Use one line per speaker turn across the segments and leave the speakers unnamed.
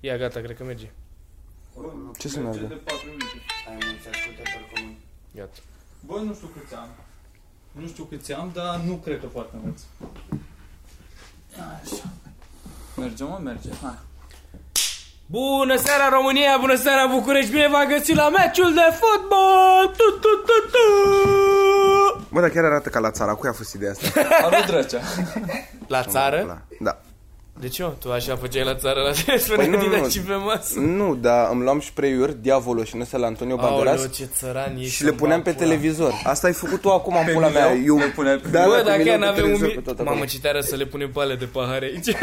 Ia, gata, cred că merge.
Bă,
Ce să
merge
meargă?
de 4 minute.
Ai mulți ascultători comuni.
Gata.
Bă, nu știu câți am. Nu știu câți am, dar nu cred că foarte mulți. Așa. Merge, mă, merge. Hai.
Bună seara România, bună seara București, bine v-am găsit la meciul de fotbal! Tu, tu, tu, tu!
Bă, dar chiar arată ca la țara. Cui a fost ideea asta?
A lui Drăcea.
La țară?
La- Da.
De ce mă? Tu așa făceai la țară, la ce spunea
nu,
păi
nu.
și pe masă?
Nu, dar îmi luam spray-uri, diavolo și năsă la Antonio
Aoleu,
Banderas
ce da. țăran ești
și le
în
puneam pe
bapula.
televizor. Asta ai făcut tu acum, în pula mea.
Mileu?
Eu...
Le puneai pe
Da,
Mileu?
Bă,
da, pe
dacă
Mileu, pe
n-avem un
televizor, pe
mic...
toată
Mamă,
lumea.
ce tare să le punem pe ale de pahare aici.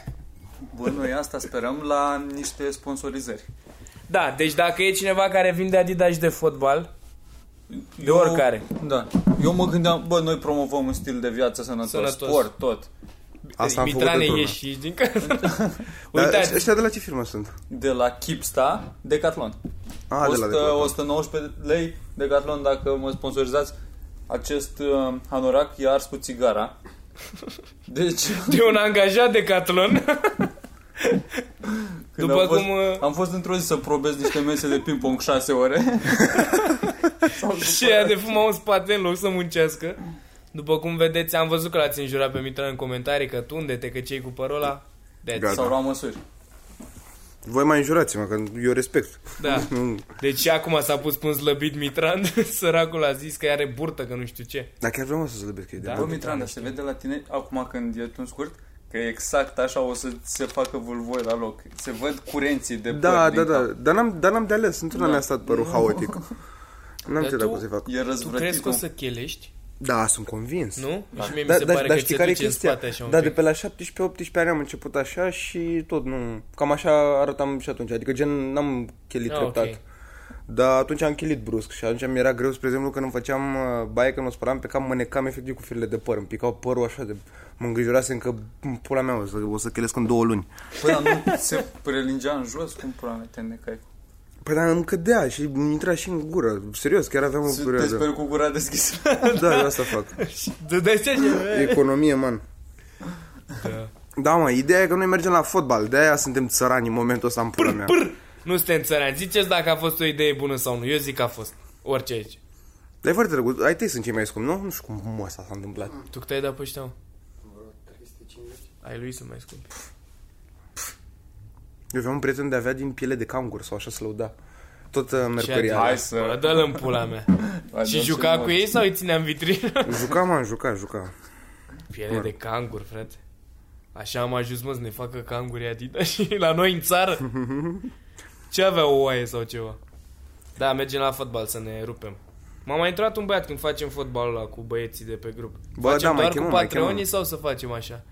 Bă, noi asta sperăm la niște sponsorizări.
da, deci dacă e cineva care vinde Adidas de fotbal, de oricare.
Da. Eu mă gândeam, bă, noi promovăm un stil de viață sănătos,
Sănătos.
sănătos. sport, tot.
Asta am făcut
Mitrane
într-una. Da,
ieși și ești din casă.
Dar
Uitați,
ăștia de la ce firmă sunt?
De la Kipsta, Decathlon.
Ah, de
100,
la Decathlon.
119 lei Decathlon dacă mă sponsorizați. Acest uh, anorac e ars cu țigara. Deci,
de un angajat de Catlon.
când
După
am fost,
cum, uh,
am fost într-o zi să probez niște mese de ping-pong 6 ore. S-au
Și ea de fuma un spate în loc să muncească. După cum vedeți, am văzut că l-ați înjurat pe Mitran în comentarii, că tu unde te, că cei cu părola. That's.
Gata.
Sau luat măsuri.
Voi mai înjurați-mă, că eu respect.
Da.
Nu.
Deci și acum s-a pus pe un slăbit Mitran, săracul a zis că are burtă, că nu știu ce.
Dar chiar vreau să slăbesc că e de
Da?
Bă,
bun.
Mitran, dar se vede la tine acum când e tu în scurt că exact așa o să se facă vulvoi la loc. Se văd curenții de
Da,
păr
da,
din
da.
cap.
Dar n-am, dar n-am de ales. Într-una mi-a stat părul haotic.
Da.
N-am
Dar tu-
ce dacă să-i fac.
E
Tu crezi
răzvrătit.
că o
om.
să chelești?
Da, sunt convins.
Nu? Și mie
Da,
mi se
da,
pare
dar
că
știi
ți
care e
duce în
chestia?
spate așa un
Da, de
pic.
pe la 17-18 ani am început așa și tot, nu... Cam așa arătam și atunci, adică gen n-am chelit
Ah,
treptat.
ok.
Dar atunci am chelit brusc și atunci mi era greu, spre exemplu, când îmi făceam uh, baie, când o spălam pe cap, mă necam efectiv cu firele de păr, îmi picau părul așa de... Mă îngrijorasem că m, pula mea o să, o să chelesc în două luni.
Păi, dar nu se prelingea în jos? Cum pula mea te necai?
Păi dar îmi cădea și îmi intra și în gură. Serios, chiar aveam o
Să Te
perioadă.
sper cu gura deschisă.
Da, eu asta fac.
De- de ce?
Economie, man.
Da.
Da, mă, ideea e că noi mergem la fotbal, de aia suntem țărani în momentul ăsta în pula mea.
Nu suntem țărani. Ziceți dacă a fost o idee bună sau nu. Eu zic că a fost. Orice aici.
Dar e foarte drăguț. Ai tăi sunt cei mai scumpi, nu? Nu știu cum mă, asta s-a întâmplat.
Tu cât ai dat pe ăștia, mă? Ai lui să mai scumpi.
Eu aveam un prieten de avea din piele de cangur sau așa se lăuda. Tot uh,
Ce
mercuria.
ai
Hai
zis?
să-
Bă, Dă-l în pula mea. Și juca cu ei sau îi ținea în vitrină?
Juca, mă, juca, juca.
Piele de cangur, frate. Așa am ajuns, mă, să ne facă canguri Adidas și la noi în țară. Ce avea o oaie sau ceva? Da, mergem la fotbal să ne rupem. M-a mai intrat un băiat când facem fotbalul ăla cu băieții de pe grup.
Bă,
facem
da, mai
doar
chemăm,
cu
mai
patronii
chemăm.
sau să facem așa?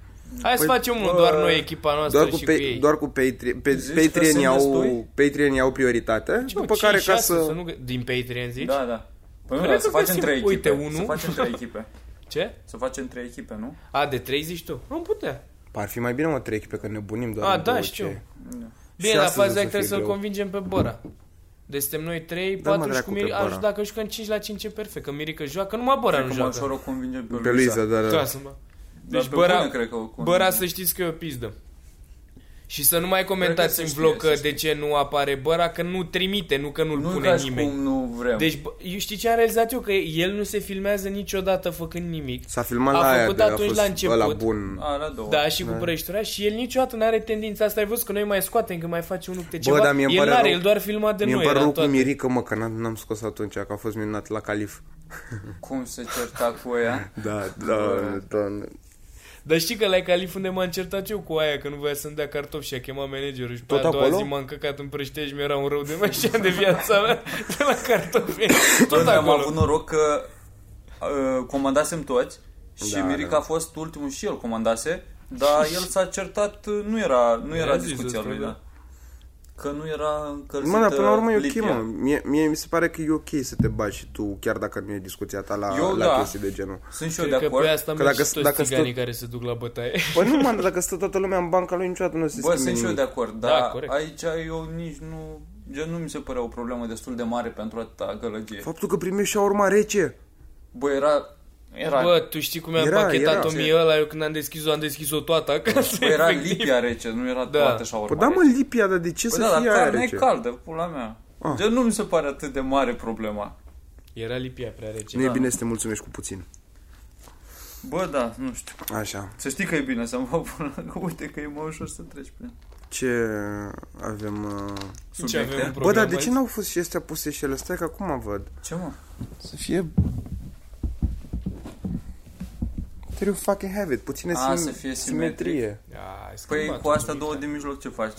Hai să
Păi,
facem unul,
bă,
doar noi, echipa noastră
Doar cu,
și cu
pe,
ei.
doar cu Patri- pe,
Zici că
Patreon
sunt
au,
destui?
Patreon au prioritate,
Ce, Deci, mă,
după care ca
5-6 să
să...
nu... gă- Din Patreon zici?
Da, da. Păi nu,
Cred
dar
că
să facem
găsim-
trei echipe.
uite, unul.
Să facem trei echipe.
Ce?
Să facem trei echipe, nu?
A, de 30 tu? Nu putea.
Păi Ar fi mai bine, mă, trei echipe, că ne bunim doar
A,
în
da,
două,
știu.
ce-
Bine,
Și
dar
astăzi o
faza
să
e că trebuie
fie
să-l
greu.
convingem pe Bora. Deci suntem noi 3,
Da, mă,
4 și
dracu,
cu
pe
Miri, aș,
Bora.
dacă jucăm 5 la 5 e perfect, că Mirica joacă, numai Bora
Cred
nu
că mai
joacă.
ușor o convingem pe
Pe da. Luiza, dar... uh,
Clasă, mă.
Deci
Deci
pe Băra...
Bora,
Bune, cred că o convingem.
Bora să știți că e o pizdă. Și să nu mai comentați
se
în
știe,
vlog
se
că
știe.
de ce nu apare Bora, că nu trimite, nu că nu-l
nu
pune
pune
nimeni.
cum nu vrem.
Deci, bă, eu știi ce am realizat eu? Că el nu se filmează niciodată făcând nimic.
S-a filmat
A
la aia
făcut
de, a
atunci
fost
la început.
ăla bun.
A, la două.
Da, și cu prăjitura și el niciodată nu are tendința asta. Ai văzut că noi mai scoatem, că mai face unul câte
Bă,
ceva.
dar mie îmi
el
pare
n-are,
rău.
el doar filmat de
Mi-e
noi.
îmi
era
pare rău cu
toate.
Mirica, mă, că n-am n-am scos atunci, că a fost minunat la Calif.
Cum se certa cu ea?
Da, da, da.
Dar știi că la Calif unde m-am certat eu cu aia Că nu voia să-mi dea cartofi și a chemat managerul Și pe
Tot
a doua
acolo?
zi m-am căcat în prăștești Mi era un rău de mai și de viața mea De la cartofi Tot
Bă, am
acolo
avut noroc că uh, comandasem toți și
Da,
Mirica
da.
a fost ultimul și el comandase, dar el s-a certat, uh, nu era, nu era
Mi-a zis
discuția
asta,
lui,
da.
da. Că nu era încălzită
Mă, dar până la urmă e ok,
Libia.
mă. Mie, mie mi se pare că e ok să te bagi și tu, chiar dacă nu e discuția ta la,
Eu,
la
da.
chestii de genul.
Sunt și eu
Cred
de
că
acord.
pe asta
Că
merg
dacă-
și toți
dacă
țiganii
stă-
care se duc la bătaie.
Păi nu, mă, dacă stă toată lumea în banca lui, niciodată nu se
Bă,
schimbe
sunt și eu de
nimic.
acord,
Da,
dar
corect.
aici eu nici nu... Gen, nu mi se părea o problemă destul de mare pentru atâta gălăgie.
Faptul că primești și urma rece. Păi
Bă, era... Era,
Bă,
bă,
tu știi cum mi-am
Era,
pachetat-o
era.
mie ăla, eu când am deschis-o, am deschis-o toată acasă.
era
efectiv.
lipia rece, nu era
Da.
toată șaorma
Păi da, mă, Lipia, dar de ce
Bă,
să
da, dar
fie aia
carnea e
rece?
caldă, pula mea.
Ah.
Gen, nu mi se pare atât de mare problema.
Era lipia prea rece.
Nu e
Da.
bine să te mulțumești cu puțin.
Bă, da, nu știu.
Așa.
Să știi că e bine, să-mi fac până că uite că e mai ușor să treci prin
Ce avem... Uh...
Ce
subiecte.
Deci avem un
Bă,
program
dar de ce
aici?
n-au fost și astea puse și ele? Stai că acum văd.
Ce, mă?
Să fie... Trebuie fucking have it. Puține
A,
sim-
să fie
simetrie.
A, ai
Păi
schimbat
cu asta
un
două
pic.
de mijloc ce faci?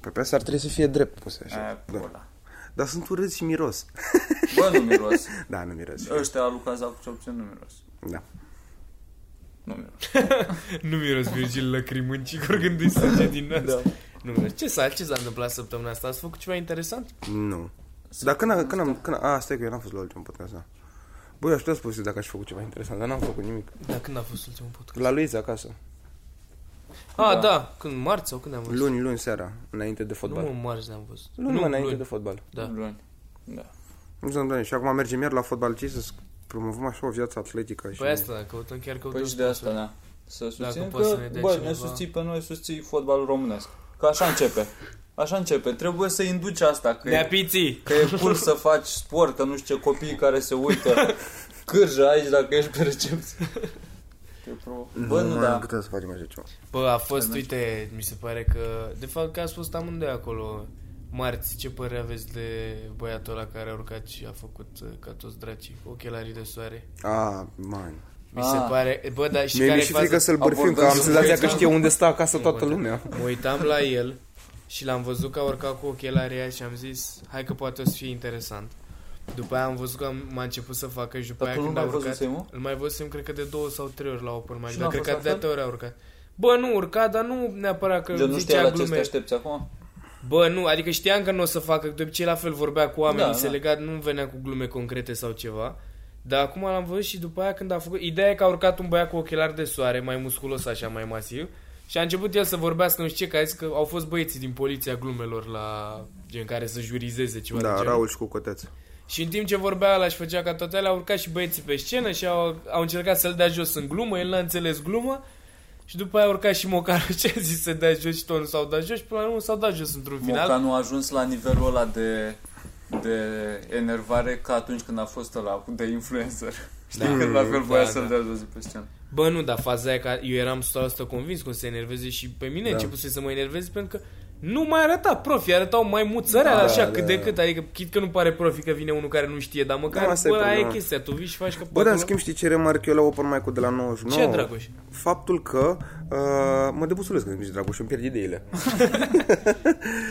Pe pe asta ar trebui să fie drept puse așa.
Aia,
da.
pula.
Dar sunt urât și miros.
Bă, nu miros.
Da, nu miros.
Ă.
Ăștia Luca Zacu cel puțin nu miros.
Da.
Nu miros.
Nu miros Virgil lăcrimând și curgând din sânge din
Da.
nas. Nu miros. Ce s-a, ce s-a întâmplat săptămâna asta? Ați făcut ceva interesant?
Nu. Dar când, a, când am... Când, a, a, stai că eu n-am fost la ultimul podcast, da. Băi, aș putea spune dacă aș fi făcut ceva interesant, dar n-am făcut nimic.
Da, când a fost ultimul podcast?
La Luiza acasă.
A,
Da.
da, da când? Marți sau când am văzut?
Luni, luni seara, înainte de
Nu,
fotbal.
mă, marți n-am văzut.
luni,
nu,
mă, înainte
luni.
de fotbal.
Da.
Luni. Da.
Nu se întâmplă. Și acum mergem iar la fotbal, ce să promovăm așa o viață atletică și...
Păi asta, căutăm chiar căutăm.
Păi și de asta, da. Să susțin
poți să
că,
ne dea
bă,
cineva.
ne susții pe noi, susții fotbalul românesc. Că așa începe. Așa începe. Trebuie să induci asta. Că
Nea
e,
piții!
că e cool să faci sport, că nu știu ce copiii care se uită. Cârja aici dacă ești pe recepție. Te provo- Bă, nu,
mai
da.
putem să facem așa ceva.
Bă, a fost,
Păi, da.
uite, mi se pare că... De fapt că ați fost amândoi acolo. Marți, ce părere aveți de băiatul ăla care a urcat și a făcut uh, ca toți dracii ochelarii de soare?
Ah, man.
Mi se
Ah.
pare... Bă, dar și
Mi-e
care
mi și frică să-l bârfim, că
abordăm
am senzația că
subiectul.
știe unde stă acasă
Nu
toată
contează.
lumea.
Mă uitam la el și l-am văzut că a urcat cu ochelarii aia și am zis, hai că poate o să fie interesant. După aia am văzut că am- m-a început să facă și după
Dar
aia
tu nu
când a
l-ai văzut,
urcat...
Simu?
Îl mai văzusem, cred că de două sau trei ori la open mic,
Și
dar
n-a
cred că
fost la
de atâtea ori a urcat. Bă, nu urca, dar nu neapărat că
Gen, nu știa
zicea
la ce să te
glume.
aștepți acum?
Bă, nu, adică știam că nu o să facă, că de obicei la fel vorbea cu oamenii,
Da,
da, se
da.
lega, nu venea cu glume concrete sau ceva. Dar acum l-am văzut și după aia când a făcut... Ideea e că a urcat un băiat cu ochelari de soare, mai musculos așa, mai masiv. Și a început el să vorbească, nu știu ce, că a zis că au fost băieții din poliția glumelor la gen care să jurizeze ceva de
Da,
genul.
Raul și cu coteț.
Și în timp ce vorbea ăla și făcea ca toate alea, au urcat și băieții pe scenă și au, au încercat să-l dea jos în glumă, el n-a înțeles glumă. Și după aia a urcat și Mocaru ce a zis să dea jos și tot nu s-au dat jos și până la urmă s-au dat jos într-un final.
Moca nu a ajuns la nivelul ăla de, de enervare ca atunci când a fost ăla de influencer. Știi
Da.
da. că la fel
Mm,
voia
da,
să-l
da.
dea jos de pe scenă.
Bă, nu, dar faza aia că eu eram 100% convins cum se enerveze și pe mine da. începuse să mă enerveze pentru că nu mai arăta profi, arătau mai muțărea da,
Da,
așa da,
da,
cât
da.
de cât, adică chit că nu pare profi că vine unul care nu știe, dar măcar
Da,
da,
asta e
bă, aia e
problema.
chestia, tu vii și faci că
Bă, dar în
acolo-
schimb știi ce remarc eu la open mic de la 99?
Ce, Dragoș?
Faptul că uh, mă debusulesc când zici Dragoș, îmi pierd ideile.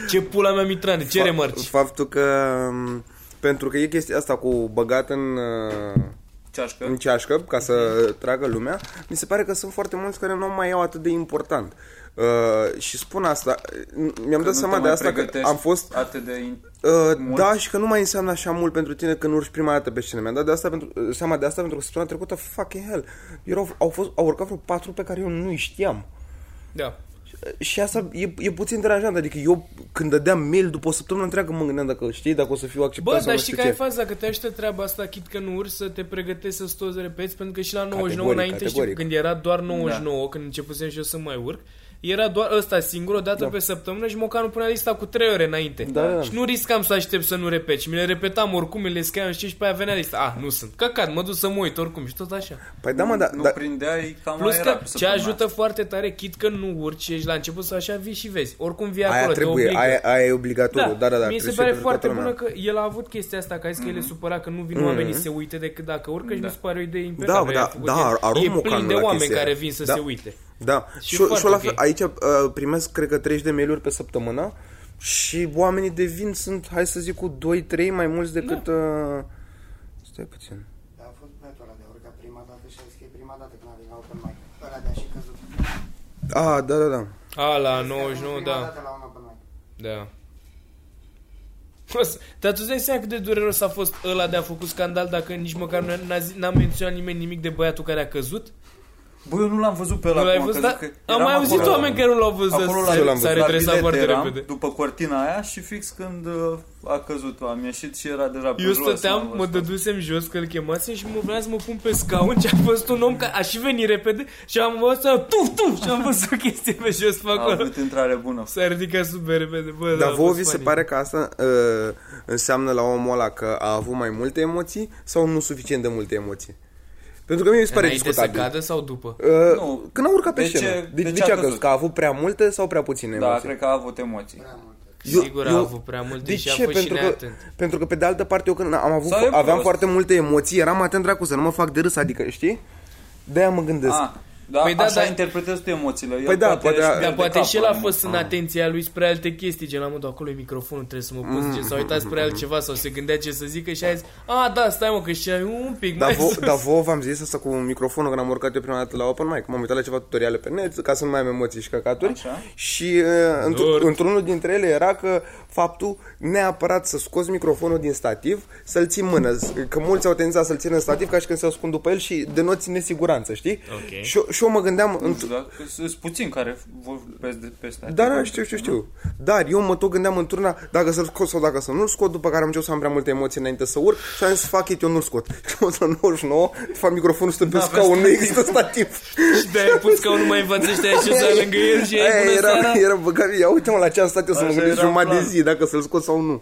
ce pula mea mitrane, ce remarci?
Faptul că... um, Pentru că e chestia asta cu băgat în... uh,
Ceașcă.
în ceașcă ca să tragă lumea, mi se pare că sunt foarte mulți care nu o mai iau atât de important. Uh, și spun asta, mi-am
nu
dat
te
seama de
mai
asta că
pregătești
am fost
Atât de... in-
Uh,
Mult.
da, și că nu mai înseamnă așa mult pentru tine când urci prima dată pe scenă. Mi-am dat de asta pentru, uh, seama de asta pentru că săptămâna trecută, fucking hell, erau, au, fost, au urcat vreo patru pe care eu nu-i știam.
Da.
Și asta e, e puțin deranjant, adică eu când dădeam mail după o săptămână întreagă mă gândeam dacă știi, dacă o să fiu acceptat
Bă,
sau
dar
nu
știi
știu
că ai
ce.
faza, că te aștept treaba asta, chit că nu urci, să te pregătești să tot repeți, pentru că și la 99
Categoric,
înainte, știi,
categoric. Da.
când era doar 99, când începusem și eu să mai urc, era doar ăsta singur, o dată da. pe săptămână și măcar nu punea lista cu 3 ore înainte.
Da, da.
Și nu riscam să aștept să nu repet. Și mi le repetam oricum, mi le scriam și, și pe aia venea lista. Ah, nu sunt. Căcat, mă duc să mă uit oricum și tot așa.
Păi da, mă, da,
nu
da,
prindeai, cam
Plus
aia era
că
pe
ce
săptămâna
ajută foarte tare, chit că nu urci, ești la început să așa vii și vezi. Oricum vii acolo,
aia
te
trebuie,
obligă.
aia, aia e obligatoriu, da, da, da,
Mie
trebuie
se
să
pare
fie pentru
foarte
toată
bună
lumea. Mm.
că el a avut chestia asta, că a zis că el e supărat că nu vin oamenii să se uite decât dacă urcă și
Mm. Da.
mi se pare o idee impecabilă.
da,
i-a făcut
da,
el.
ar- aromă
E plin
canul
de
la
oameni
chestia
care
aia.
vin să
Da.
se uite.
Da.
Și
Și, și,
foarte
și la fel,
ok.
aici uh, primesc, cred că, 30 de mail-uri pe săptămână și oamenii de vin sunt, hai să zic, cu 2-3 mai mulți decât... Da. Uh... Stai puțin.
Dar a fost băiatul ăla de a urcat prima dată și a zis că e prima dată când a venit la open mic. Ăla de a și căzut.
Ah, da, da, da.
A, la
Este
99,
prima
da.
dată la un open mic.
Da. O să- Dar tu îți dai seama cât de dureros a fost ăla de a făcut scandal dacă nici măcar nu- n-a, zi- n-a menționat nimeni nimic de băiatul care a căzut?
Bă, eu nu l-am văzut pe ăla
Nu l-ai
acum,
văzut?
că
Dar
zic că
am
eram
mai auzit
acolo,
oameni care nu l-au văzut
Acolo la,
să-
la,
s-a redresat foarte
eram,
repede.
după cortina aia și fix când uh, a căzut am ieșit și era deja pe
Eu
jos,
stăteam,
m-am
mă
văzut.
dădusem jos că îl chemasem și mă vrea să mă pun pe scaun și a fost un om care a și venit repede și am văzut tuf, tuf și am văzut o chestie pe jos pe
A
acolo.
avut intrare bună.
S-a ridicat super repede, bă, da,
Dar
a
vouă
fost
vi se
funny.
pare că asta uh, înseamnă la omul ăla că a avut mai multe emoții sau nu suficient de multe emoții? Pentru că mie mi se pare
Înainte să
discutabil.
cadă sau după?
Uh,
Nu.
Când a urcat pe
De
scenă.
ce-
de,
de
de,
ce a
ce a căzut?
căzut?
Că a avut prea multe sau prea puține
Da,
emoții?
cred că a avut emoții.
Prea multe.
Eu-
Sigur a
eu-
avut prea multe
de
și a
ce?
fost și
pentru că,
neatent.
pentru că pe de altă parte eu când am avut,
Sau e
aveam
prost.
foarte multe emoții, eram atent dracu să nu mă fac de râs, adică știi? De-aia mă gândesc.
Ah, da,
Păi da,
așa
da.
interpretezi tu emoțiile. El
Păi da, poate-
își
Dar
Dar
pierde
poate
capul
și el a
la
fost în atenția lui spre alte chestii, gen la modul acolo e microfonul, trebuie să mă
Mm.
pun, gen, s-a uitat spre altceva sau se gândea ce să zică și a zis, a, da, stai mă, că și un pic
Dar
mai
vouă
sus.
da, vouă v-am zis asta cu microfonul când am urcat eu prima dată la open mic. M-am uitat la ceva tutoriale pe net ca să nu mai am emoții și căcaturi.
Așa.
Și uh, într-
Nerd.
într-unul dintre ele era că faptul neapărat să scoți microfonul din stativ, să-l ții în mână. Z- Că mulți au tendința să-l țină în stativ ca și când se ascund după el și denoți nesiguranță, știi?
Ok.
Și, și eu mă gândeam...
Nu
într-
știu, dar Da, sunt puțini care vor peste, peste
Da, da, știu, știu, știu. Dar eu mă tot gândeam într-una dacă să-l scot sau dacă să nu-l scot, după care am început să am prea multe emoții înainte să urc și am zis, fuck it, eu nu-l scot. Și am zis, la 99, fac microfonul, stă pe
Da, pe
scaun, nu există stativ.
Și de-aia pus ca unul mai învățește așa să lângă el și
Aia
ai bună
era,
seara.
era băgat, ia uite-mă la ce am stat eu să mă
Așa
gândesc
era
jumătate de
planul.
zi, dacă să-l scot sau nu.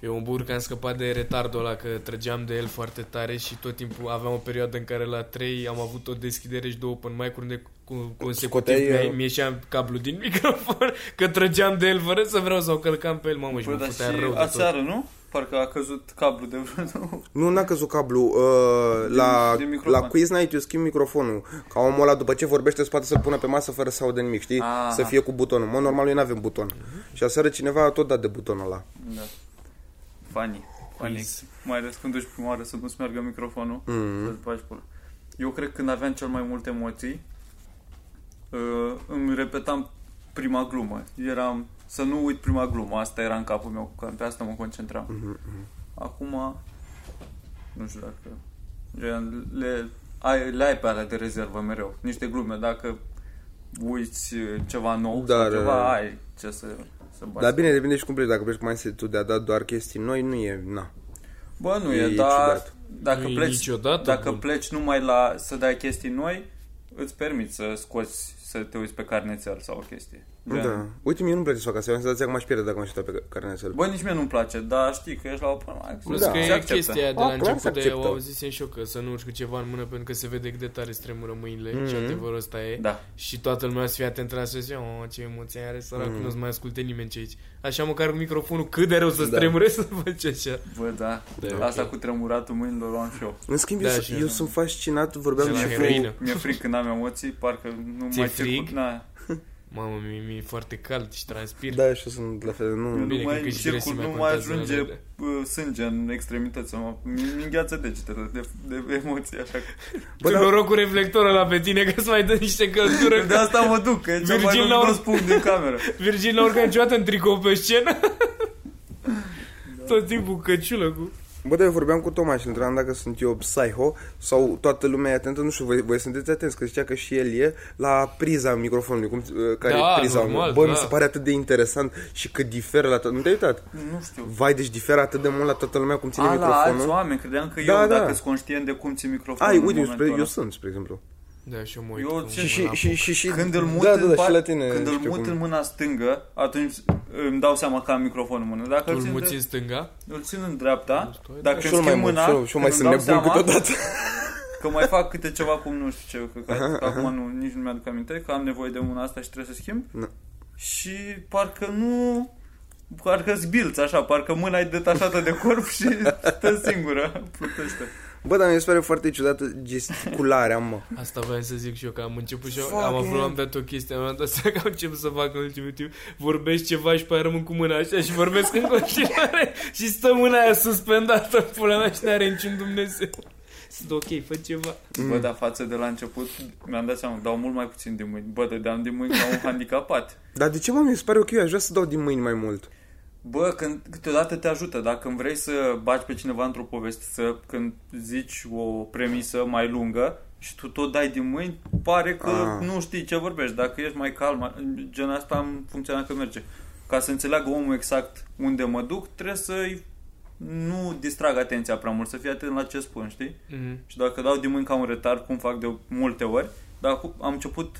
Eu un burc am scăpat de retardul ăla că trăgeam de el foarte tare și tot timpul aveam o perioadă în care la 3 am avut o deschidere și două open mic-uri unde cu, consecutiv
Scoteai,
mi-a-
uh,
mi ieșea cablu din microfon că trăgeam de el fără să vreau sau călcam pe el, mamă, și mă
Bă, dar
putea rău
și
de tot.
aseară, nu? Parcă a căzut cablu de vreunul.
Nu, n-a căzut cablu. Uh, la,
din microfon.
la quiz night eu schimb microfonul. Ca omul ăla după ce vorbește spate să pună pe masă fără să audă nimic, știi?
Aha.
Să fie cu butonul. Mă, normal, noi n-avem buton. Și aseară cineva a tot dat de butonul ăla.
Da. Funny. Funny.
Quiz.
Mai ales când duci prima oară să nu-ți meargă microfonul.
Mm.
Mm-hmm.
Hmm?
Să-ți bagi pula. Eu cred că când aveam cel mai multe emoții, uh, îmi repetam prima glumă. Eram să nu uit prima glumă. Asta era în capul meu. Că pe asta mă concentram.
Hmm,
Acum, nu știu dacă... Gen, le, ai, le ai pe alea de rezervă mereu. Niște glume. Dacă uiți uh, ceva nou
Da,
sau
da,
ceva,
da.
ai ce să, să bagi.
Dar bine, depinde și cum pleci. Dacă pleci cu mindset-ul de a da doar chestii noi, nu e, na.
Bă, nu
E
e, e dar
ciudat.
dacă,
Nu e
pleci,
niciodată
dacă
bun.
pleci numai la să dai chestii noi, îți permiți să scoți, să te uiți pe carnețel sau o chestie. Gen.
Da. Uite, mie nu-mi place să fac asta. Eu am senzația că m-aș pierde dacă m-aș uita pe carnețel.
Bă, nici mie nu-mi place, dar știi că ești la open mic.
Plus
Da.
că
se
e
acceptă.
chestia aia de
A,
la
clar se
început de o
acceptă.
auzisem și eu că să nu urci cu ceva în mână pentru că se vede cât de tare stremură mâinile mm-hmm.
Mm.
și adevărul ăsta e.
Da.
Și toată lumea să fie atentă la să o, ce emoție are săracul, mm-hmm. nu-ți mai asculte nimeni ce aici. Așa măcar cu microfonul cât de rău să
Da.
stremure să faci așa.
Bă, da.
Da,
da Asta
ok.
cu tremuratul mâinilor o am și eu.
În schimb,
Da,
eu,
și eu
eu,
nu.
sunt fascinat, vorbeam
De la
și cu...
heroină.
Mi-e fric când am emoții, parcă nu
Ți-e
mai circul,
frig?
na,
Mamă, mi- mi-e foarte cald și transpir.
Da, și eu sunt la fel, nu...
Bine,
nu
cred că
mai
și
circul,
grăsimea
nu mai
contează la
ajunge
ele.
uh, sânge în extremități. Mă mi îngheață degetele de, de emoții, așa că...
Bă, tu noroc cu reflectorul la pe tine că îți mai dă niște căldură.
Eu De asta mă duc, că e cel mai
Virgil la
luminos
urmă.
punct din cameră.
Virgil n-a urcat niciodată în tricou pe scenă. Tot timpul cu căciulă cu...
Bă, dar eu vorbeam cu Toma și îl întrebam dacă sunt eu psycho sau toată lumea e atentă, nu știu, voi, voi sunteți atenți, că zicea că și el e la priza microfonului, cum, ă, care
Da,
e priza
normal,
Bă,
da.
mi se pare atât de interesant și cât diferă la toată... Nu te-ai uitat?
Nu știu.
Vai, deci diferă atât de mult la toată lumea cum ține
A, la alți
microfonul.
oameni, credeam că
Da,
eu,
da.
dacă sunt conștient de cum ții microfonul
Ai,
în
uite, eu, spre,
momentul
eu
ăla.
sunt, spre exemplu.
Da, și eu mă uit.
Eu
cum
ce-
mă
Și,
la-
și, și, și,
Când îl mut,
da, da,
în,
da,
pa-
și la tine,
când îl
știu
mut
cum.
în mâna stângă, atunci îmi dau seama că am microfonul în mână. Dacă
Tu
îl
îl
țin,
muți în
de,
stânga?
îl țin în dreapta,
stai,
dacă
Și
îmi
eu mai
schimb
mult,
mâna,
și eu- și eu mai
îmi
sunt
dau
nebun
seama
câteodată.
că mai fac câte ceva cum nu știu ce, că, că, că acum nu, nici nu mi-aduc aminte, că am nevoie de mâna asta și trebuie să schimb.
Da.
Și parcă nu... Parcă zbilți așa, parcă mâna e detașată de corp și stă singură, plutește.
Bă, dar mi se pare foarte ciudată gesticularea, mă.
Asta voiam să zic și eu, că am început și eu,
Fuck, eh.
am aflat,
yeah.
am dat o chestie, am dat seama că am început să fac în ultimul timp, vorbesc ceva și pe aia rămân cu mâna așa și vorbesc în continuare și stă mâna aia suspendată, pula mea, și n-are niciun Dumnezeu. Sunt ok, fă ceva.
Bă, dar față de la început mi-am dat seama, dau mult mai puțin de mâini. Bă, dădeam de mâini ca un handicapat.
Dar de ce, mă, mi se pare ok, eu aș vrea să dau din mâini mai mult.
Bă, când, câteodată te ajută. Dacă îmi vrei să bagi pe cineva într-o poveste, să, când zici o premisă mai lungă și tu tot dai din mâini, pare că
Ah.
nu știi ce vorbești. Dacă ești mai calm, gen asta am funcționat că merge. Ca să înțeleagă omul exact unde mă duc, trebuie să-i nu distrag atenția prea mult, să fii atent la ce spun, știi?
Mhm.
Și dacă dau din mâini ca un retard, cum fac de multe ori, dar acum am început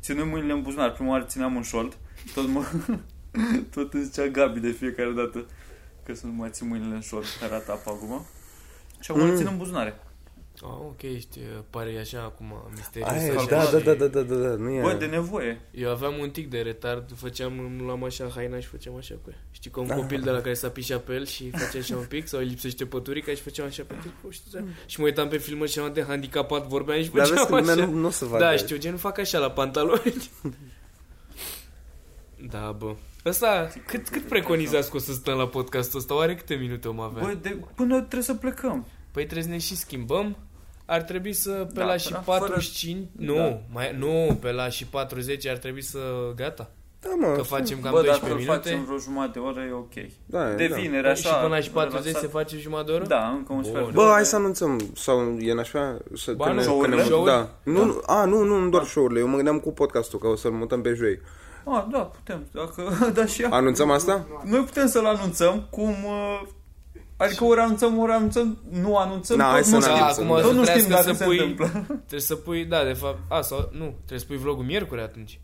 ținând mâinile în buzunar. Prima oară țineam în șold, tot mă... tot îmi zicea Gabi de fiecare dată că să nu mai țin mâinile în șold, arată apa acum. Și acum mm. le țin în buzunare.
Ah, ok, ești, uh, pare așa acum, misterios.
Aia,
așa,
da,
să
da, da,
și-
da, da, da, da, nu e...
Bă, de nevoie.
Eu aveam un tic de retard, făceam, îmi luam așa haina și făceam așa cu ea. Știi, ca un copil de la care s-a pișat pe el și făcea așa un pic, sau îi lipsește păturica și făceam așa pe tic, și, da. și mă uitam pe filmă și am de handicapat, vorbeam și
Dar
făceam
vezi că lumea nu,
așa.
nu o să vadă.
Da, știu, gen, fac așa la pantaloni. da, bă. Ăsta, cât, cât preconizați că o să stăm la podcastul ăsta? Oare câte minute om avea?
Bă, de, până trebuie să plecăm.
Păi trebuie să ne și schimbăm. Ar trebui să pe
Da,
la și
fără-
45, nu,
Da.
mai, nu, pe la și 40 ar trebui să gata.
Da, mă,
Că facem cam
Bă, dacă
12
îl faci în
minute.
vreo jumătate de oră e ok.
da,
De
da.
vineri,
și
așa.
până la și 40
relaxat.
se face jumătate de oră?
Da, încă un
Bun.
sfert. de
Bă,
oră.
hai să anunțăm sau e în așa să
Ba,
că ne,
nu.
că ne,
Show-uri?
da. Nu, nu, a, nu, nu, nu doar show-urile. Eu mă gândeam cu podcastul că o să-l mutăm pe joi.
A, da, putem. Dacă, da, și ea.
Anunțăm asta?
Noi putem să-l anunțăm cum... uh, Adică ori anunțăm, ori anunțăm, nu anunțăm,
Na,
tot
hai să
nu
ne
știm.
anunțăm,
acum
da.
o să
Tot nu știm
trească
dacă
să
se
pui,
întâmplă.
trebuie să pui, da, de fapt, a, sau, nu, trebuie să pui vlogul miercuri atunci.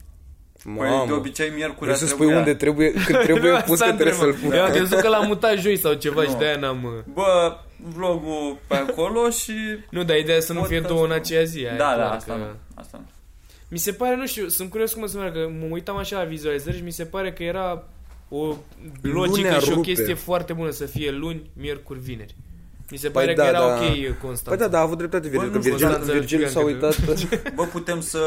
Păi, de
Mamă.
obicei, miercuri
Vrei să spui unde trebuie, când trebuie pus, că trebuie să-l pun.
Eu am crezut că l-am mutat joi sau ceva
Nu.
și de-aia n-am... uh,
Bă, vlogul pe acolo și...
Nu, dar ideea e să nu fie
Podcast.
două în aceea zi. aia e
Da,
clar
da, asta
că-
nu. Asta nu.
Mi se pare, nu știu, sunt curios cum o să meargă, că mă uitam așa la vizualizări și mi se pare că era o logică
Lunea
și o
rupe.
chestie foarte bună să fie luni, miercuri, vineri. Mi se
Păi
pare
da,
că era
da.
ok constant.
Păi da, da, a avut dreptate Virgil,
Bă,
că
nu
Virgil,
Constanța
Virgil s-a
Gigantă.
uitat.
Bă, putem să...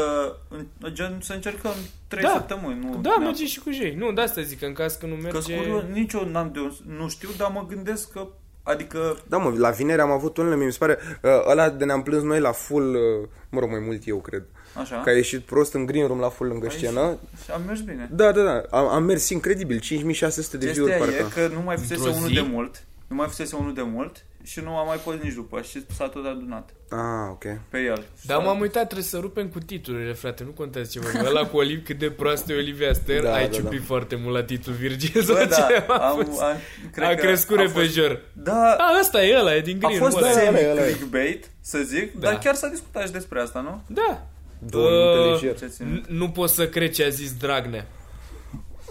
în- Gen, să încercăm 3
Da.
săptămâni. Nu,
da, merge și cu jei. Nu, de asta zic, că în caz că nu
Că sunt
merge...
curios, nici eu n-am de... Nu știu, dar mă gândesc că... Adică...
Da, mă, la vineri am avut unele, mi se pare, uh, ăla de ne-am plâns noi la full, uh, mă rog, mai mult eu cred,
Așa.
că a ieșit prost în green room la full lângă
A ieșit.
scenă.
Și am mers bine.
Da, da, da, am, am mers incredibil, 5600 de
Chestia e
view-uri parcă.
că nu mai fusese
Într-o
unul
zi?
de mult. Nu mai fusese unul de mult și nu am mai fost nici după și s-a tot adunat
Ah, ok.
pe el.
Dar Da, m-am uitat, trebuie să rupem cu titlurile, frate, nu contează ce vorbim. Ăla cu Oliv, cât de proastă e Olivia Ster,
Da,
ai
da,
ciupit
da.
foarte mult la titlul Virgil sau
Bă, da,
ceva a
am,
fost.
am, cred
a
că
crescut
a
repejor.
Da,
A, ăsta e ăla, e din
a
green.
fost da.
ăla e.
ăla e,
semi
ăla e.
clickbait, să zic,
Da.
dar chiar s-a discutat și despre asta, nu?
Da,
Două minute
Uh,
lejer.
Ce țin?
N- Nu pot să cred ce a zis Dragnea.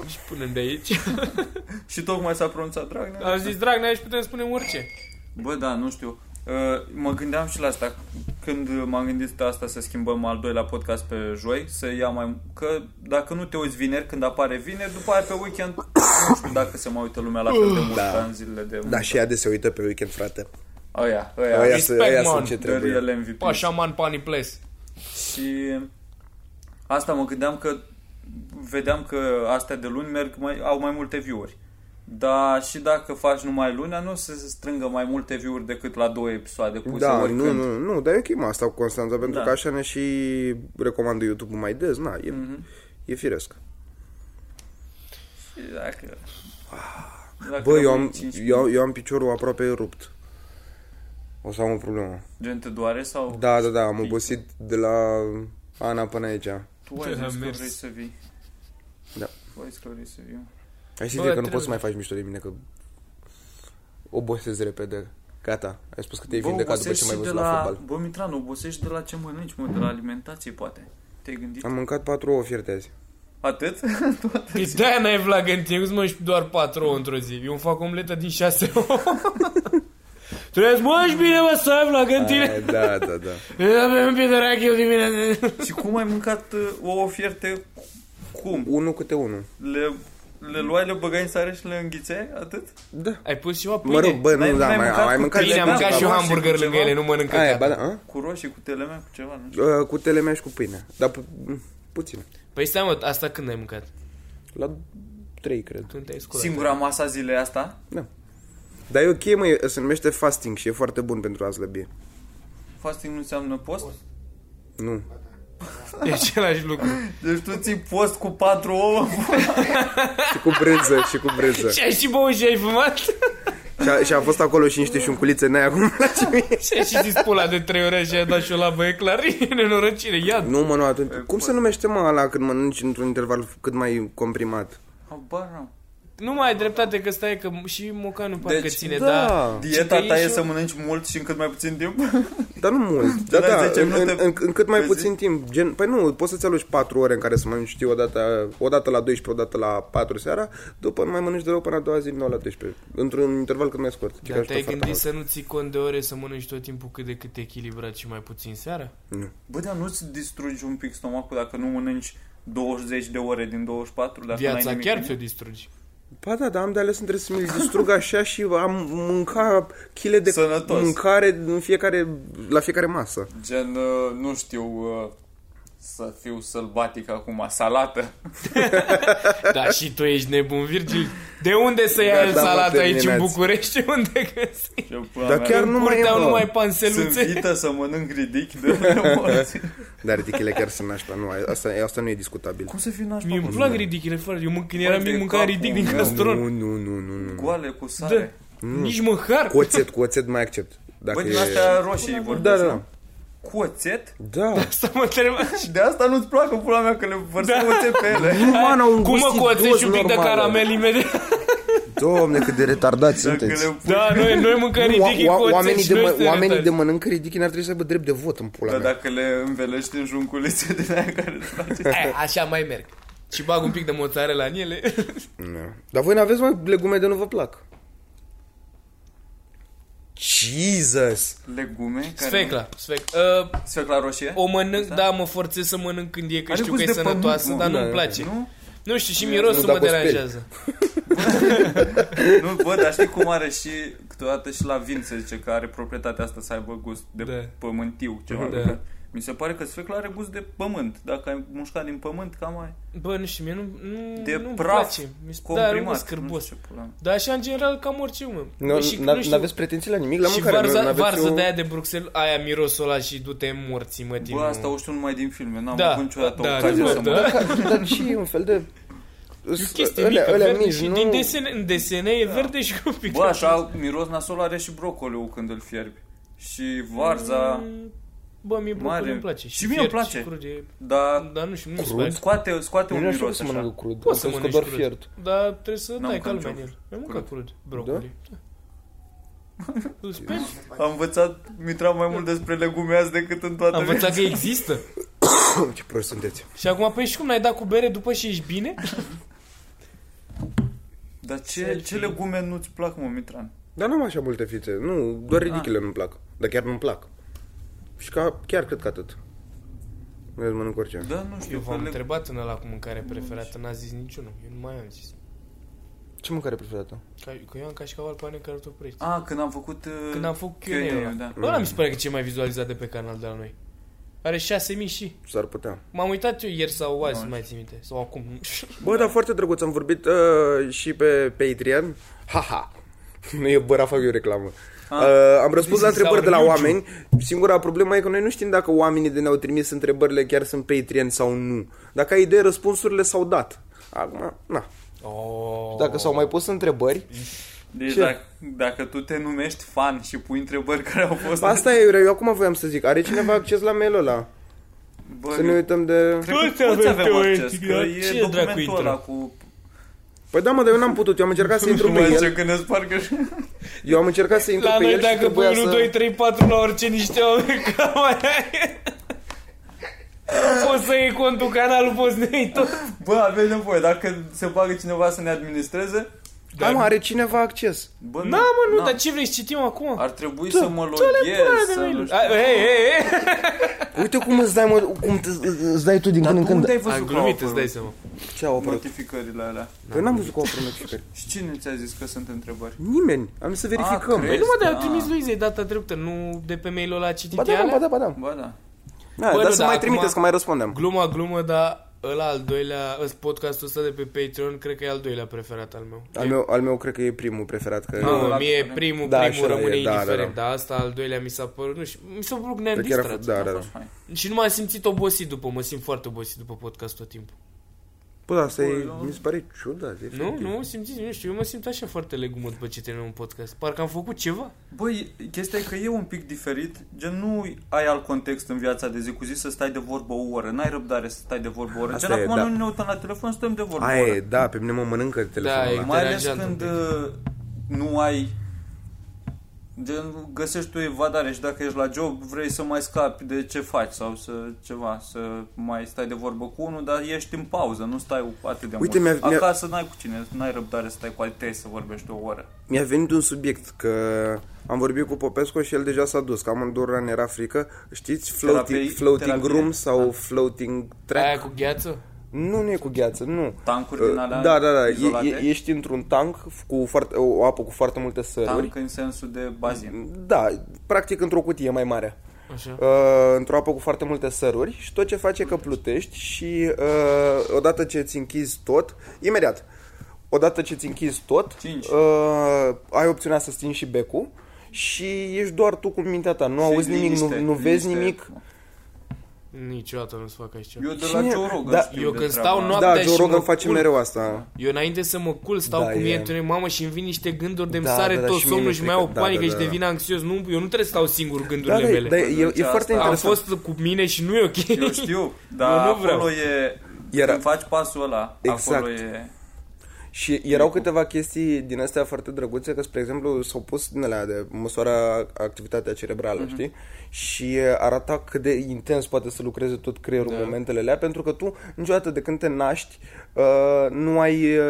Și punem de aici.
Și tocmai s-a pronunțat Dragnea.
A zis Dragnea și putem spune orice.
Bă, da, nu știu. Uh, Mă gândeam și la asta Când m-am gândit asta să schimbăm al doilea podcast pe joi Să ia mai... Că dacă nu te uiți vineri, când apare vineri După aia pe weekend Nu știu dacă se mai uită lumea la fel de mult
Da.
ca în zilele de
Da, și ea de se uită pe weekend, frate.
Aia,
Aia
aia,
sunt aia
Respect,
sunt
man.
ce
The
trebuie.
real MVP.
Pa, șaman, pani, ples.
Și asta mă gândeam că vedeam că astea de luni merg mai, au mai multe view-uri. Dar și dacă faci numai lunea, nu o să se strângă mai multe view-uri decât la două episoade puse
Da,
oricând.
nu, nu, nu, dar e ok mă, asta cu Constanța, pentru
Da.
că așa ne și recomandă YouTube-ul mai des, na, e,
Mm.
e firesc.
Mhm. Și Dacă, dacă
Bă, Ah, eu am,
rămâi cinci-
eu, eu am piciorul aproape rupt. O să am o problemă.
Gen, te doare sau...
Da, da, da, am obosit de la Ana până aici.
Tu
Am
ai zis că
mers.
vrei să vii.
Da.
Tu ai zis că vrei să vii.
Ai zis
Bă,
că nu
trebuie.
poți să mai faci mișto de mine, că obosez repede. Gata, ai spus că te-ai
Bă,
vindecat după
obosești
ce m-ai
și de
văzut la,
la...
fotbal.
Bă, Mitran, obosești de la ce mănânci, mă, de la alimentație, poate. Te-ai gândit?
Am mâncat patru ouă fierte azi.
Atât?
Păi de-aia n-ai vlag în tine, cum să mănânci doar 4 ouă într-o zi. Eu îmi fac omletă din 6 ouă. Trebuie să mănânci bine, mă, să ai vlag în tine.
Ai, Da, da, da.
Trebuie să avem un pic de rachiu dimineața.
Și cum ai mâncat uh, ouă fierte? Cum?
Unul câte unul.
Le, le luai, le băgai în sare și le înghițeai? Atât?
Da.
Ai pus ceva pâine?
Mă rog, bă,
N-ai-
nu, da,
n-ai
mai,
mâncat
am mai
cu
mâncat
Bine, am
da,
mâncat
da,
și eu
da,
hamburger
și
lângă
ceva.
ele, nu mănânc
Aia, ba
căcat.
da, a?
Cu roșii, cu telemea, cu ceva, nu știu.
Uh, Cu tele mea și cu pâine. Dar pu- puțin.
Păi stai, mă, asta când ai mâncat?
La trei, cred.
Când te-ai sculat?
Singura masa zilei asta?
Dar e ok, mă, e- se numește fasting și e foarte bun pentru a slăbi.
Fasting nu înseamnă post?
Nu.
E același lucru.
Deci tu ții post cu patru ouă
Și cu brânză, și cu brânză.
Și ai și băut și ai fumat?
Și, a, și am fost acolo și niște șunculițe n-ai acum la ce mie.
Și ai și zis pula de trei ore și ai dat și o labă, e clar, e nenorocire, ia
Nu, mă, nu, atunci. Cum se numește, mă, ăla când mănânci într-un interval cât mai comprimat?
Habar n-am.
Nu mai ai dreptate că stai că și mocanul parcă
Deci,
ține,
da.
da.
Dieta
că
ta e
ești
să
un-
mănânci mult și în cât mai puțin timp?
Dar nu mult. Da,
la
da,
10
în, în,
minute
în, în cât mai
pe zi?
puțin timp. Gen, păi nu, poți să-ți aloci 4 ore în care să mănânci, știi, odată, odată la 12, odată la 4 seara, după nu mai mănânci deloc până a doua zi, nu la 12. Într-un interval cât mai scurt. Chiar
Dar
ajută
te-ai
foarte
gândit
mult.
să nu ții cont de ore să mănânci tot timpul cât de cât echilibrat și mai puțin seara?
Bă, dar nu-ți distrugi un pic stomacul dacă nu mănânci 20 de ore din 24? Dacă n-ai
Viața
nimic
chiar
în
ți-o
ea?
distrugi.
Ba da, dar am de ales între să mi-l distrug așa și am mânca chile de
Sănătos.
mâncare în fiecare, la fiecare masă.
Gen, uh, nu știu, uh, să fiu sălbatic acum, salată.
Da, și tu ești nebun, Virgil. De unde să iai
Gata, Da, mă,
salată aici în
terminați.
București? Unde găsești?
Ce pula
Dar
mea.
chiar nu mai e,
Curteau
bă.
numai
Sunt
panseluțe.
vită să mănânc ridic de morți.
Dar ridichile chiar sunt nașpa, nu, asta, asta nu e discutabil.
Cum să fiu nașpa?
Mie îmi
bă?
plac ridichile, frate. Eu mânc- când
Bă,
eram
de
mic mâncam
capul
ridic din
meu.
castron.
Nu, nu, nu, nu, nu.
Goale cu
Da.
sare.
Nici măcar.
Mm. Cu oțet, cu oțet mai accept. Dacă
Bă, din
e...
astea roșii vorbesc.
Da, da,
nu?
da.
Cu oțet?
Da.
Să mă întreba.
De asta nu-ți placă pula mea că le vărsăm da. oțet pe ele.
Umana, un
Cum mă
gust
coțești un pic de
normal.
caramel imediat?
Doamne, cât de retardați
Dacă
sunteți.
le pui...
Da, noi, noi mâncăm
Nu,
ridic cu
o- o- Oamenii
oțet
de, mă, oamenii de
de...
mănâncă ridichi n-ar trebui să aibă drept de vot în pula
Da, Dar
mea.
dacă le învelești în junculițe din aia care îți place.
Eh, Așa mai merg. Și bag un pic de mozzarella în ele.
Nu. Dar voi n-aveți, mă, legume de nu vă plac. Jesus!
Legume? Care
Sfecla, sfecla. Uh,
Sfecla roșie?
O mănânc, da, mă forțez să mănânc când e, că
Are
știu că
gust
e
de pământ,
sănătoasă,
mă.
dar nu-mi
Da,
place. Nu?
Nu?
știu, și mirosul mă
Nu, dacă o speli.
deranjează.
Nu, bă, dar știi cum are și câteodată și la vin se zice că are proprietatea asta să aibă gust de
Da.
pământiu ceva.
Da.
Mi se pare că sfecla are gust de pământ. Dacă ai mușcat din pământ, cam
Da,
mai...
Bă, nu știu, mie nu, nu,
De
nu-mi
praf
place. Mi se pare un
comprimat.
gust scârbos.
Nu știu ce pula mea.
Dar așa, în general, cam orice, mă. Bă, Păi și, nu
Nu
știu,
aveți pretenții la nimic la
și
mâncare.
varza,
n-aveți
varză
o-
de aia de Bruxelles, aia mirosul ăla și du-te morții, mă, din...
Bă, asta o știu numai din filme. N-am
Da,
avut niciodată
da,
ocazia
da,
să
da.
mă...
Dar și e un fel de...
E o chestie
Alea-
mică,
alea
verde,
mici,
și
nu-
din desene, în desene e verde și cu un pic
Da. Bă, așa miros nasol are și brocoliul când îl fierbi. Și varza,
Mm, Bă, mie
Mare.
brocoli îmi place.
Și mie îmi
fiert,
place. Da.
Și crude.
dar
Dar nu știu, nu mi se
Crud?
pare.
scoate, scoate
Eu
un
nu știu
miros
să
așa.
mănâncă crud.
Poți să
Am crezut
mănânci
că doar
crud.
fiert.
Dar trebuie să dai
mâncat
calmea în
niciodată.
el. Ai mâncat crud brocoli. Da? Îl speli.
Am învățat Mitra mai mult despre legume azi decât în toată
Da. Am
viața.
învățat că există.
Ce proști sunteți.
Și acum, păi și cum n-ai dat cu bere după și ești bine?
Dar ce,
Selfie.
ce legume nu-ți plac, mă, Mitran?
Dar n-am așa multe fițe. Nu, doar
Ah.
ridichile nu-mi plac. Dar chiar nu-mi plac. Și ca, chiar cred că atât. Nu mănânc orice.
Da, nu știu.
Eu
că
v-am
le-
întrebat în ăla cu mâncare preferată, n-a zis niciunul. Eu nu mai am zis.
Ce mâncare preferată?
Ca, că eu am cașcaval pane cartofi prăjiți.
A, când am făcut... uh,
Când am făcut
Q&A-ul,
Q&A-ul
da.
ăla. Ăla mi se pare că e cel mai vizualizat de pe canal de la noi. Are 6000 și.
S-ar putea.
M-am uitat eu ieri sau azi,
Nu.
nu mai țin minte. Sau acum, nu știu.
Bă, dar foarte drăguț, am vorbit uh, și pe Patreon. Haha. Nu e băra, fac eu reclamă. Uh, am răspuns la
Ah. Sau
întrebări de la
YouTube.
oameni. Singura problemă e că noi nu știm dacă oamenii de ne-au trimis întrebările chiar sunt Patreon sau nu. Dacă ai idee, răspunsurile s-au dat. Acum, na.
Oh.
Dacă s-au mai pus întrebări,
Deci
Ce?
dacă, dacă tu te numești fan și pui întrebări care au fost...
Asta e, eu acum voiam să zic, are cineva acces la mailul ăla?
Bă,
Să ne uităm de...
Cred că
Toți
toți
avem
avem
teoretic,
acces, că
dar
e
cine da? dracu
documentul
intră?
ăla cu...
Păi da, mă, dar eu n-am putut, eu am încercat să intru pe
Mă, ce
el,
când îți parcă...
eu am încercat să intru
La
pe
noi
el și
dacă pui
trebuia
1, 2,
să...
3, 4 la orice niște oameni ca mai ai. Poți să iei contul canalul, poți să ne iei tot.
Bă, aveți nevoie, dacă se bagă cineva să ne administreze...
Da, mă, are cineva acces.
Bă,
Na, Da, mă, nu, dar ce vrei să citim acum? Da,
Ar trebui să mă loghez, să nu știu...
Ai, Hei, hei, hei!
Uite cum îți dai, mă, cum te- îți dai tu din când în
Tu unde
când.
ai văzut
Am
că
glumit,
au
îți dai seama.
Ce au
apărut
apărut?
notificările alea?
Eu n-am văzut că au apărut notificări.
Și cine ți-a zis că sunt întrebări?
Nimeni, am zis să
Ah,
verificăm.
crezi?
Păi nu mă, dar eu
Ah.
trimis Luizei data trecută, nu de pe mail-ul ăla citit
Ba da,
alea?
mă, ba da, ba da.
Ba da.
Da,
Bă,
dar
nu,
să
da,
mai
acum-
trimiteți, că mai răspundem.
Gluma, glumă, dar ăla al doilea, ăs- podcastul ăsta de pe Patreon, cred că e al doilea preferat al meu.
Al meu, al meu cred că e primul preferat. Că
Nu,
ăla-
mie e primul,
Da,
da,
și
primul
ăla e,
rămâne
da, da,
indiferent,
da.
dar asta al doilea mi s-a părut, nu știu, mi s-a părut
cred
ne-am
că era,
distrat.
da, da, da.
fain.
Și nu m-am simțit obosit după, mă simt foarte obosit după podcast tot timpul.
Bă, asta e,
Bă,
mi se pare ciudat.
Nu,
efectiv.
nu, simțiți, nu știu, eu mă simt așa foarte legumă după ce termin un podcast. Parcă am făcut ceva.
Băi, chestia e că e un pic diferit, gen nu ai alt context în viața de zi cu zi să stai de vorbă o oră, n-ai răbdare să stai de vorbă o oră.
Asta
gen
e,
acum
da.
nu ne uităm la telefon, stăm de vorbă o
Aia
oră.
e, da, pe mine mă mănâncă telefonul
Da,
ăla.
e-
Mai ales
Deranjant
când
un
uh, nu ai Gen, găsești tu evadare și dacă ești la job vrei să mai scapi de ce faci sau să ceva, să mai stai de vorbă cu unul, dar ești în pauză, nu stai atât de
Uite,
mult.
mi-a- mi-a-
Acasă n-ai cu cine, n-ai răbdare să stai cu alții să vorbești o oră.
Mi-a venit un subiect că am vorbit cu Popescu și el deja s-a dus, că amândurora ne era frică. Știți, floating,
Terapie-
floating
terapie.
room sau floating track?
da. Aia cu gheață?
Nu, nu e cu gheață, nu.
Tancuri din alea
da, da, da. E,
izolate?
e, ești într-un tank cu foarte, o apă cu foarte multe săruri.
Tank în sensul de bazin.
Da, practic într-o cutie mai mare.
Așa.
Uh, într-o apă cu foarte multe săruri și tot ce face că plutești și uh, odată ce ți închizi tot, imediat, odată ce ți închizi tot,
Cinci.
uh, ai opțiunea să stingi și becul și ești doar tu cu mintea ta, nu
Și
auzi nimic, nu,
liniște,
nu vezi
liniște.
nimic.
Niciodată nu-ți fac așa ceva.
Eu de
Și
la
mie-
Joe Rogan
da,
știu
eu
de
când
treaba
stau
asta.
noaptea-
Da,
Da,
Joe
și
Rogan
mă
face
culc.
mereu asta.
Eu înainte să mă cul, stau
Da,
da, cu
e.
mine într mamă și îmi vin niște gânduri de mi
Da,
sare
da, da,
tot
și mie mi-e
somnul și mai au
frică. Da,
panică
da,
și
da, da.
devin anxios. Nu, eu nu trebuie să stau singur
Da,
gândurile
da,
mele.
da, e, e
Deci
foarte
asta- Am
Am
interesant.
fost cu mine și nu e ok.
Da.
Eu știu, dar
Eu nu
nu
vreau.
acolo e...
Era-
Când faci pasul ăla,
Exact.
acolo e...
Și erau câteva chestii din astea foarte drăguțe, că, spre exemplu, s-au pus din alea de măsoara activitatea cerebrală,
Mhm.
mm-hmm. știi? Și uh, arata cât de intens poate să lucreze tot creierul da. în momentele alea, pentru că tu, niciodată de când te naști, uh, nu ai uh,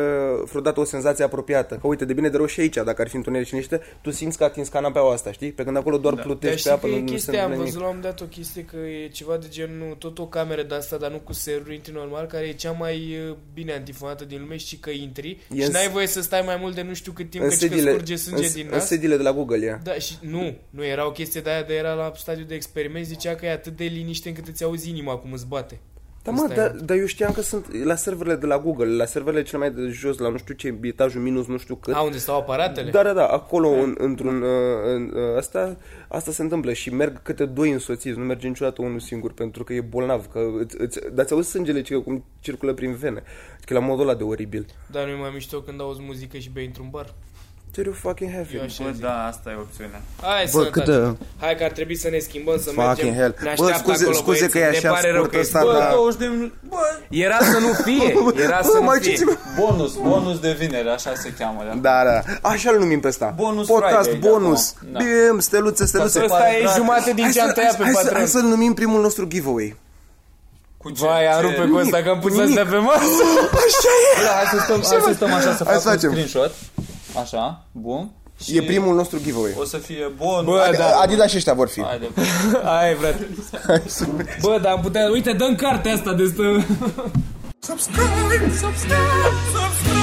vreodată o senzație apropiată. Că, uite, de bine de rău și aici, dacă ar fi întuneric și niște, tu simți că atingi canapeaua asta, știi? Pe când acolo doar da.
Dar
plutești
știi
pe apă,
că
nu,
e
nu se
chestia, am
întâmplă
văzut
nimic.
la un moment dat o chestie că e ceva de genul, tot o cameră de asta, dar nu cu seruri, intri normal, care e cea mai uh, bine antifonată din lume și că intri
E
și
în-
n-ai voie să stai mai mult de nu știu cât timp,
În
căci că
sediile,
scurge sânge
în,
din
în
nas.
sediile de la Google, e.
Da, și nu, nu era o chestie de aia, de era la stadiu de experiment, zicea că e atât de liniște încât îți auzi inima cum îți bate.
Da,
Când
mă,
stai
dar
mult.
da, eu știam că sunt la serverele de la Google, la serverele cele mai de jos, la nu știu ce, etajul minus nu știu cât.
A, unde stau aparatele?
Da, da, da, acolo în, într-un
Da.
uh, în, uh, asta, asta se întâmplă și merg câte doi însoțiți, nu merge niciodată unul singur pentru că e bolnav, că îți, îți, dar ți auzi sângele ce, cum circulă prin vene, că la modul ăla de oribil.
Dar nu e mai mișto când auzi muzică și bei într-un bar?
Teriu fucking heavy.
Eu așa
Bă,
zic.
da, asta e opțiunea.
Hai,
Bă,
Bă,
cât de...
Hai că ar trebui să ne schimbăm, să
Fucking
mergem.
hell.
Ne
Bă,
așteaptă
scuze-
acolo,
scuze
băieți.
că e
Ne
așa
pare rău
scurt
că e
ăsta,
scurt.
Bă,
Da.
20 de minute. Bă,
Era să nu fie, era să nu
mai
fie.
citiți-mă.
bonus, bonus de vinere, așa se cheamă. Da.
Da, da, așa îl numim pe asta.
Bonus
Podcast,
Friday, de
bonus,
acum.
da.
Da.
bim, steluțe,
se
steluțe.
pare
Ăsta e
gratis.
jumate din
Hai
ce am
să, hai,
tăiat
să-
pe
hai, să, hai
patron.
să-l numim primul nostru giveaway.
Cu ce?
Vai, a
ce-
rupe cu ăsta că am pus
nimic.
astea pe masă.
Așa
Da, hai să stăm, hai să stăm așa, să
Hai
fac
să
un
facem.
screenshot. Așa, bun.
e.
Și
E primul nostru giveaway.
O să fie bonus.
Bă,
Haide-
da.
Adidas și ăștia vor fi.
Haide,
Hai, frate. Bă, dar am putea... Uite, dăm cartea asta de stă...
Subscribe, subscribe, subscribe.